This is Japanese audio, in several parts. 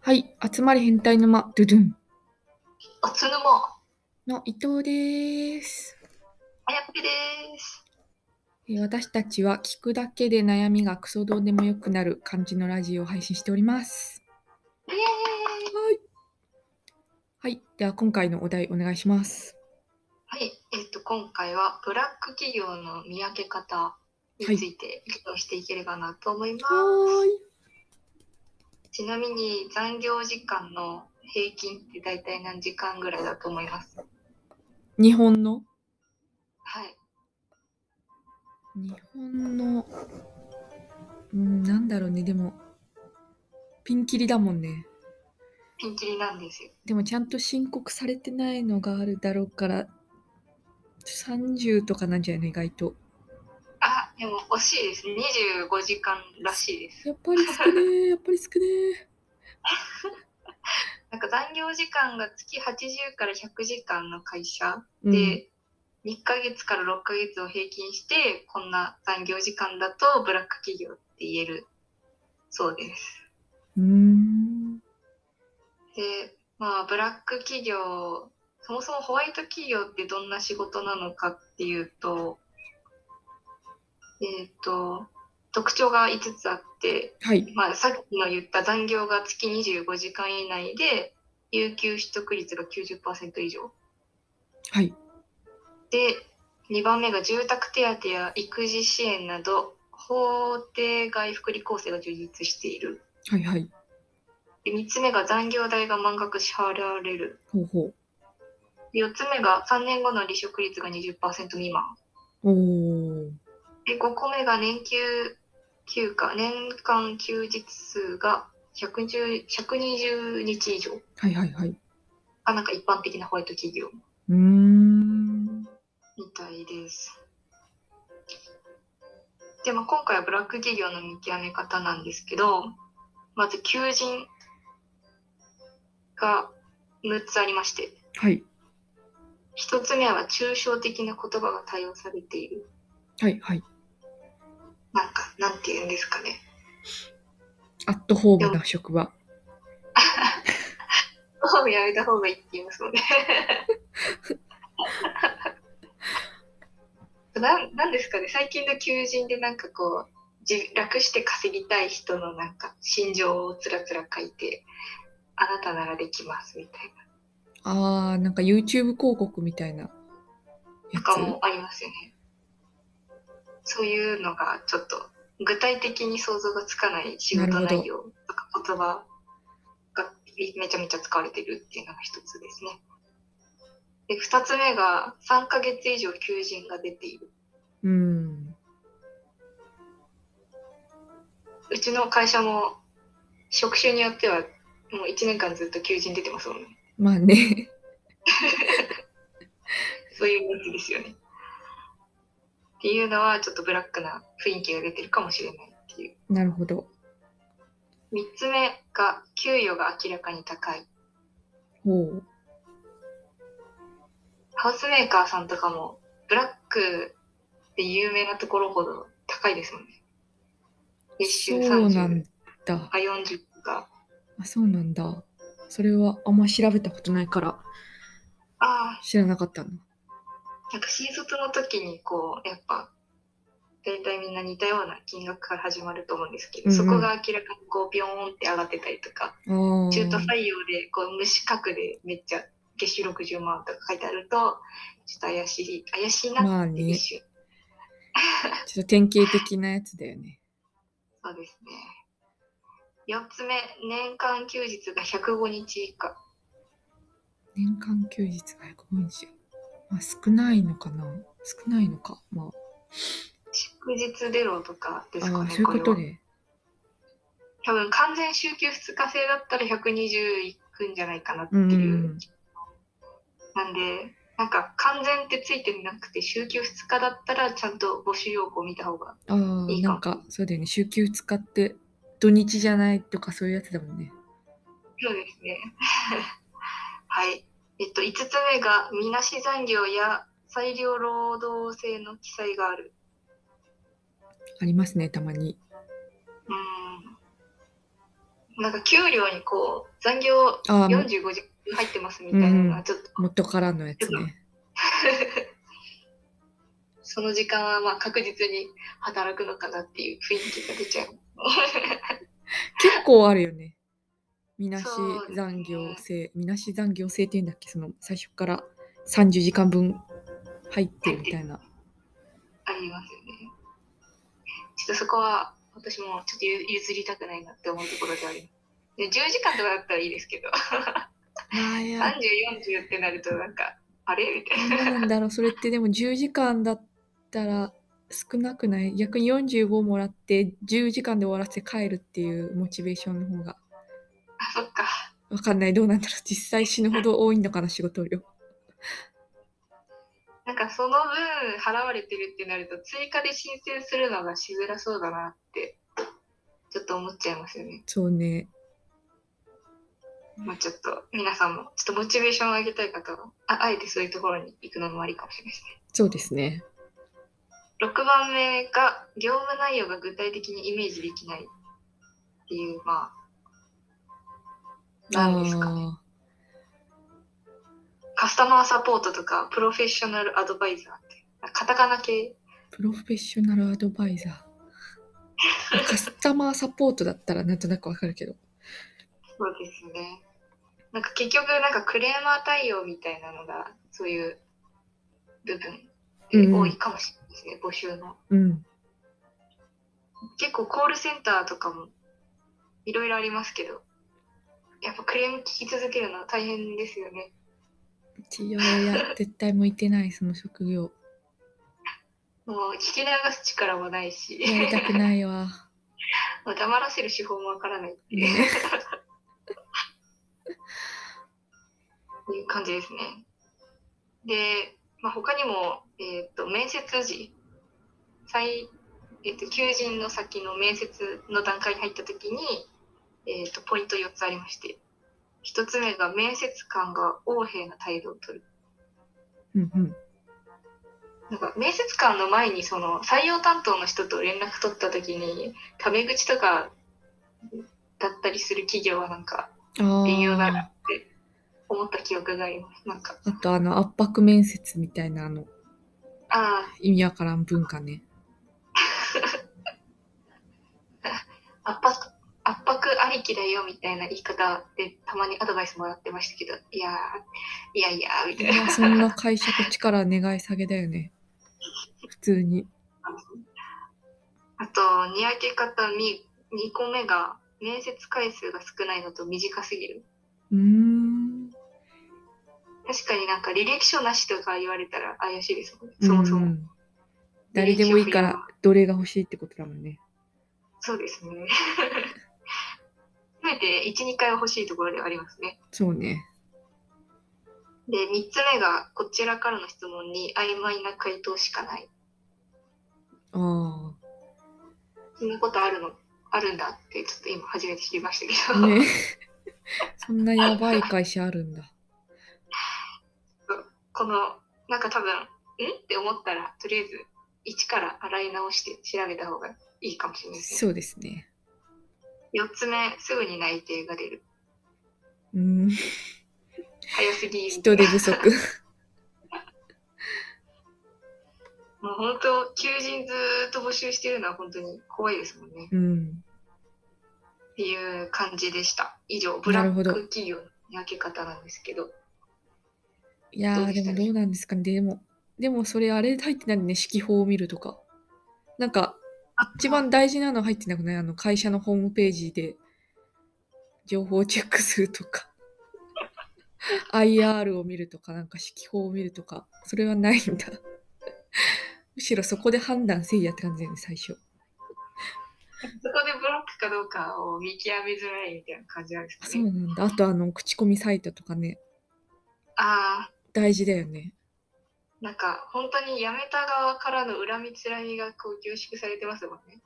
はい、集まれ変態沼、ドゥドゥンおつぬも、の伊藤です。あやっぺです。えー私たちは聞くだけで悩みがクソどうでもよくなる感じのラジオを配信しております。イエーイはい。はい、では今回のお題お願いします。はい、えっ、と、今回はブラック企業の見分け方について議論していければなと思います。い。ちなみに残業時間の平均って大体何時間ぐらいだと思います日本のはい。日本の、うん、なんだろうね、でも、ピンキリだもんね。ピンキリなんですよ。でもちゃんと申告されてないのがあるだろうから、30とかなんじゃない意外と。あ、でも惜しいですね。25時間らしいです。やっぱり少ね え、やっぱり少ねえ。なんか残業時間が月80から100時間の会社うんで、2ヶ月から6ヶ月を平均してこんな残業時間だとブラック企業って言えるそうです。うーん。でまあブラック企業そもそもホワイト企業ってどんな仕事なのかっていうとえっ、と特徴が5つあって、はい。まあ、さっきの言った残業が月25時間以内で有給取得率が90%以上。はい。で2番目が住宅手当や育児支援など法定外福利厚生が充実しているはいはい。で3つ目が残業代が満額支払われるほうほで4つ目が3年後の離職率が20%未満う。おー。で5個目が年休休暇年間休日数が110 120日以上はいはいはい。がなんか一般的なホワイト企業うーん。みたいです。で、まあ、今回はブラック企業の見極め方なんですけど、まず求人が6つありまして、はい。 1つ目は抽象的な言葉が対応されている。はいはい。なんか、なんて言うんですかね。アットホームな職場。ホームやめた方がいいって言いますもんね。 なんなんですかね最近の求人でなんかこう自楽して稼ぎたい人のなんか心情をつらつら書いてあなたならできますみたいあー、なんか YouTube 広告みたいなやなとつ。かもありますよねそういうのがちょっと具体的に想像がつかない仕事なるほど内容とか言葉がめちゃめちゃ使われてるっていうのが一つですねで二つ目が3ヶ月以上求人が出ているうん。うちの会社も職種によってはもう1年間ずっと求人出てますもんね。まあね。 そういうやつですよね。っていうのはちょっとブラックな雰囲気が出てるかもしれないっていう。なるほど。 3つ目が給与が明らかに高い。ほう。ハウスメーカーさんとかもブラックで有名なところほど高いですもんね。月収そうなん30だ。か40か。あ、そうなんだ。それはあんま調べたことないからああ、知らなかったな。なんか新卒の時にこうやっぱ大体みんな似たような金額から始まると思うんですけど、うんうんそこが明らかにこうビヨーンって上がってたりとか、あー。中途採用でこう無資格でめっちゃ月収60万とか書いてあるとちょっと怪しい怪しいなまあってね一。瞬、ちょっと典型的なやつだよね。そうですね4つ目年間休日が105日以下年間休日が150日。まあ、少ないのかな少ないのか。ま祝日出ろとかであ、すかああねそういうことれはね。多分完全週休2日制だったら120いくんじゃないかなってういう、ん。なんで、なんか完全ってついてなくて、週休2日だったら、ちゃんと募集要項見た方が。ああ、いいかなんか、そうだよね。週休使って、土日じゃないとかそういうやつだもんね。そうですね。 はい。えっと、5つ目が、みなし残業や裁量労働制の記載がある。ありますね、たまに。うーん。なんか給料にこう残業ああ、も45時間入ってますみたいなのはちょっと、元からのやつね。その時間はまあ確実に働くのかなっていう雰囲気が出ちゃう。 結構あるよね。みなしそうですね残業制、みなし残業制っていうんだっけ、その最初から30時間分入ってるみたいな。ありますよね。ちょっとそこは私もちょっとゆ譲りたくないなって思うところではあります。で10時間とかだったらいいですけど、まあいや、 30、40ってなるとなんか、あれみたいな。どうなんだろう、それってでも10時間だったら少なくない逆に45もらって10時間で終わらせて帰るっていうモチベーションの方が。あ、そっか。わかんない、どうなんだろう。実際死ぬほど多いのかな、仕事量。なんかその分払われてるってなると、追加で申請するのがしづらそうだなって、ちょっと思っちゃいますよね。そうね。まあちょっと、皆さんも、ちょっとモチベーションを上げたい方は、ああえてそういうところに行くのもありかもしれないですね。そうですね。 6番目が、業務内容が具体的にイメージできないっていう、まあ、なんですかね。あカスタマーサポートとか、プロフェッショナルアドバイザーって、カタカナ系ープロフェッショナルアドバイザー。カスタマーサポートだったらなんとなくわかるけど。そうですね。なんか結局、なんかクレーマー対応みたいなのが、そういう部分で多いかもしれないですね、募集の。うん。結構コールセンターとかもいろいろありますけど、やっぱクレーム聞き続けるのは大変ですよね。いやいや、絶対向いてない、その職業。もう聞き流す力もないし、やりたくないわ。もう黙らせる手法もわからない っていうねいう感じですね。で、まあ、他にも、えー、と面接時再、えー、と求人の先の面接の段階に入った時に、えー、とポイント4つありまして1つ目が面接官が横柄な態度を取るうんうん。なんか面接官の前にその採用担当の人と連絡取った時にタメ口とかだったりする企業はなんかあ微妙だなあ。って思った記憶がありますなんかあとあの圧迫面接みたいなあのああ意味わからん文化ね。圧迫圧迫ありきだよみたいな言い方でたまにアドバイスもらってましたけどいやーいやいやーみいたいなや、そんな解釈力願い下げだよね。普通に。 あとにやけ方み2個目が面接回数が少ないのと短すぎるうーん。確かになんか履歴書なしとか言われたら怪しいですもんねそもそうもん誰でもいいから、奴隷が欲しいってことだもんね。そうですね せめて12回は欲しいところではありますねそうね。で3つ目がこちらからの質問に曖昧な回答しかないあそんなことあるのあるんだってちょっと今初めて知りましたけあ。ど、ね。 そんなやばい会社あるんだ。 このなんか多分んって思ったらとりあえず一から洗い直して調べた方がいいかもしれないですねそうですね。 4つ目すぐに内定が出るうん。早すぎ人手不足。もう本当求人ずーっと募集してるのは本当に怖いですもんねうん。っていう感じでした以上ブなラるッほクど企業の見分け方なんですけどいやどうー、ででしたもでしょうどうなんですかね。でも、でもそれあれ入ってないね。指揮法を見るとか。なんか、一番大事なの入ってなくないあの会社のホームページで情報をチェックするとか。IR を見るとか、なんか指揮法を見るとか。それはないんだ。むしろそこで判断せいやって感じだよね、最初。そこでブロックかどうかを見極めづらいみたいな感じなんですあかそうね。なんだ。あと、あの、口コミサイトとかね、ああ、大事だよね。なんか本当に辞めた側からの恨みつらみがこう凝縮されてますもんね。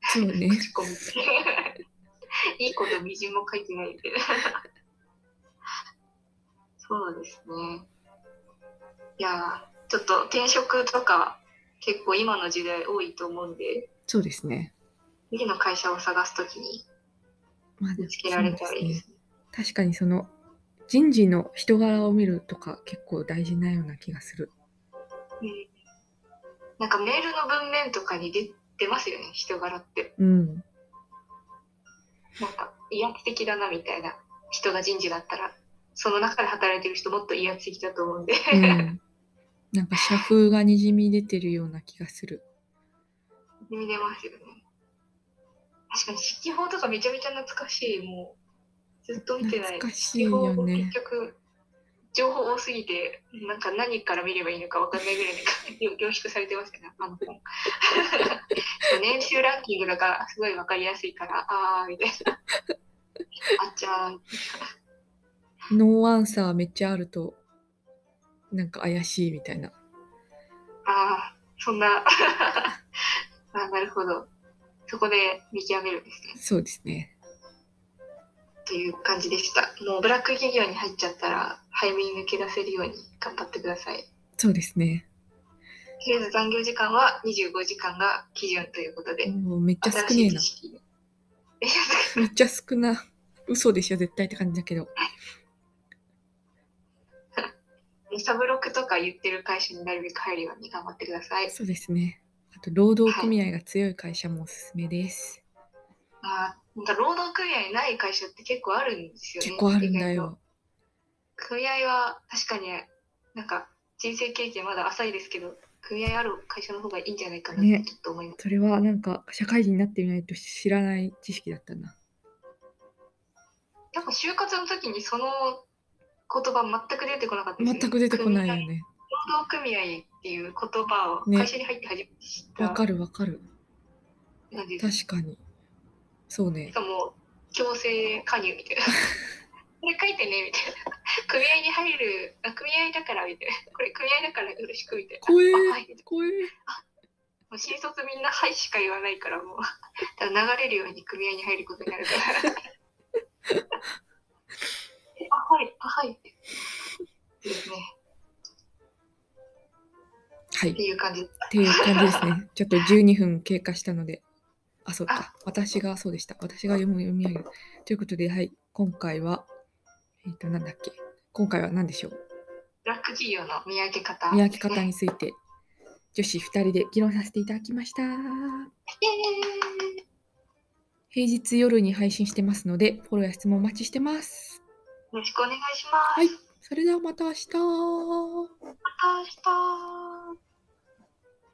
そうね。 口コミ。いいことみじんも書いてないん で。そうですね。いやー、ちょっと転職とか結構今の時代多いと思うんで、そうですね。次の会社を探すときに、まあでも見つけられたらいいですね。確かにその人事の人柄を見るとか結構大事なような気がする。うんなんかメールの文面とかに出出ますよね、人柄って。うん。なんか威圧的だなみたいな人が人事だったら、その中で働いてる人もっと威圧的だと思うんで。うん、なんか社風がにじみ出てるような気がする。見れますよね。確かに、式法とかめちゃめちゃ懐かしい、もう、ずっと見てない。懐かしいよね式法も結局、情報多すぎて、なんか何から見ればいいのか分かんないぐらいに凝縮されてますよね、あの本。 年収ランキングとかすごい分かりやすいから、あーみたいな。あっちゃーノーアンサーめっちゃあるとなんか怪しいみたいな。ああ、そんな。 あなるほど。そこで見極めるんですね。そうですね。という感じでした。もうブラック企業に入っちゃったら、早めに抜け出せるように頑張ってください。そうですね。とりあえず残業時間は25時間が基準ということで、もうめっちゃ少ねえ新しいな知。識。めっちゃ少な。嘘でしょ絶対って感じだけど。サブロクとか言ってる会社になるべく入るように頑張ってください。そうですね。あと労働組合が強い会社もおすすめです。あーなんか労働組合ない会社って結構あるんですよね。結構あるんだ意外とよ。組合は確かになんか人生経験まだ浅いですけど組合ある会社の方がいいんじゃないかなってねちょっと思います、それはなんか社会人になってみないと知らない知識だったな。なんか就活の時にその言葉全く出てこなかったです、ね、全く出てこないよ組合ね。労働組合っていう言葉をね会社に入って初めて知ったわかるわかる。感じです、確かに。そうねし。かも強制加入みたいな これ書いてねみたいな 組合に入るあ組合だからみたいなこれ組合だからよろしくみたいな怖えあはい怖えもう新卒みんな「はい」しか言わないからもう だから流れるように組合に入ることになるから あはいあはいですねはい。っっていう感じていう感じですね。ちょっと12分経過したので。あ、そうか。私が、そうでした。私が読む読み上げる。ということで、はい。今回は、えっ、と、なんだっけ。今回は何でしょうブラック企業の見分け方、見分け方イエについて女子2人で議論させていただきましたーイ平日夜に配信してますのでフォローや質問お待ちしてますよろしくお願いします、はいそれではまた明日また明日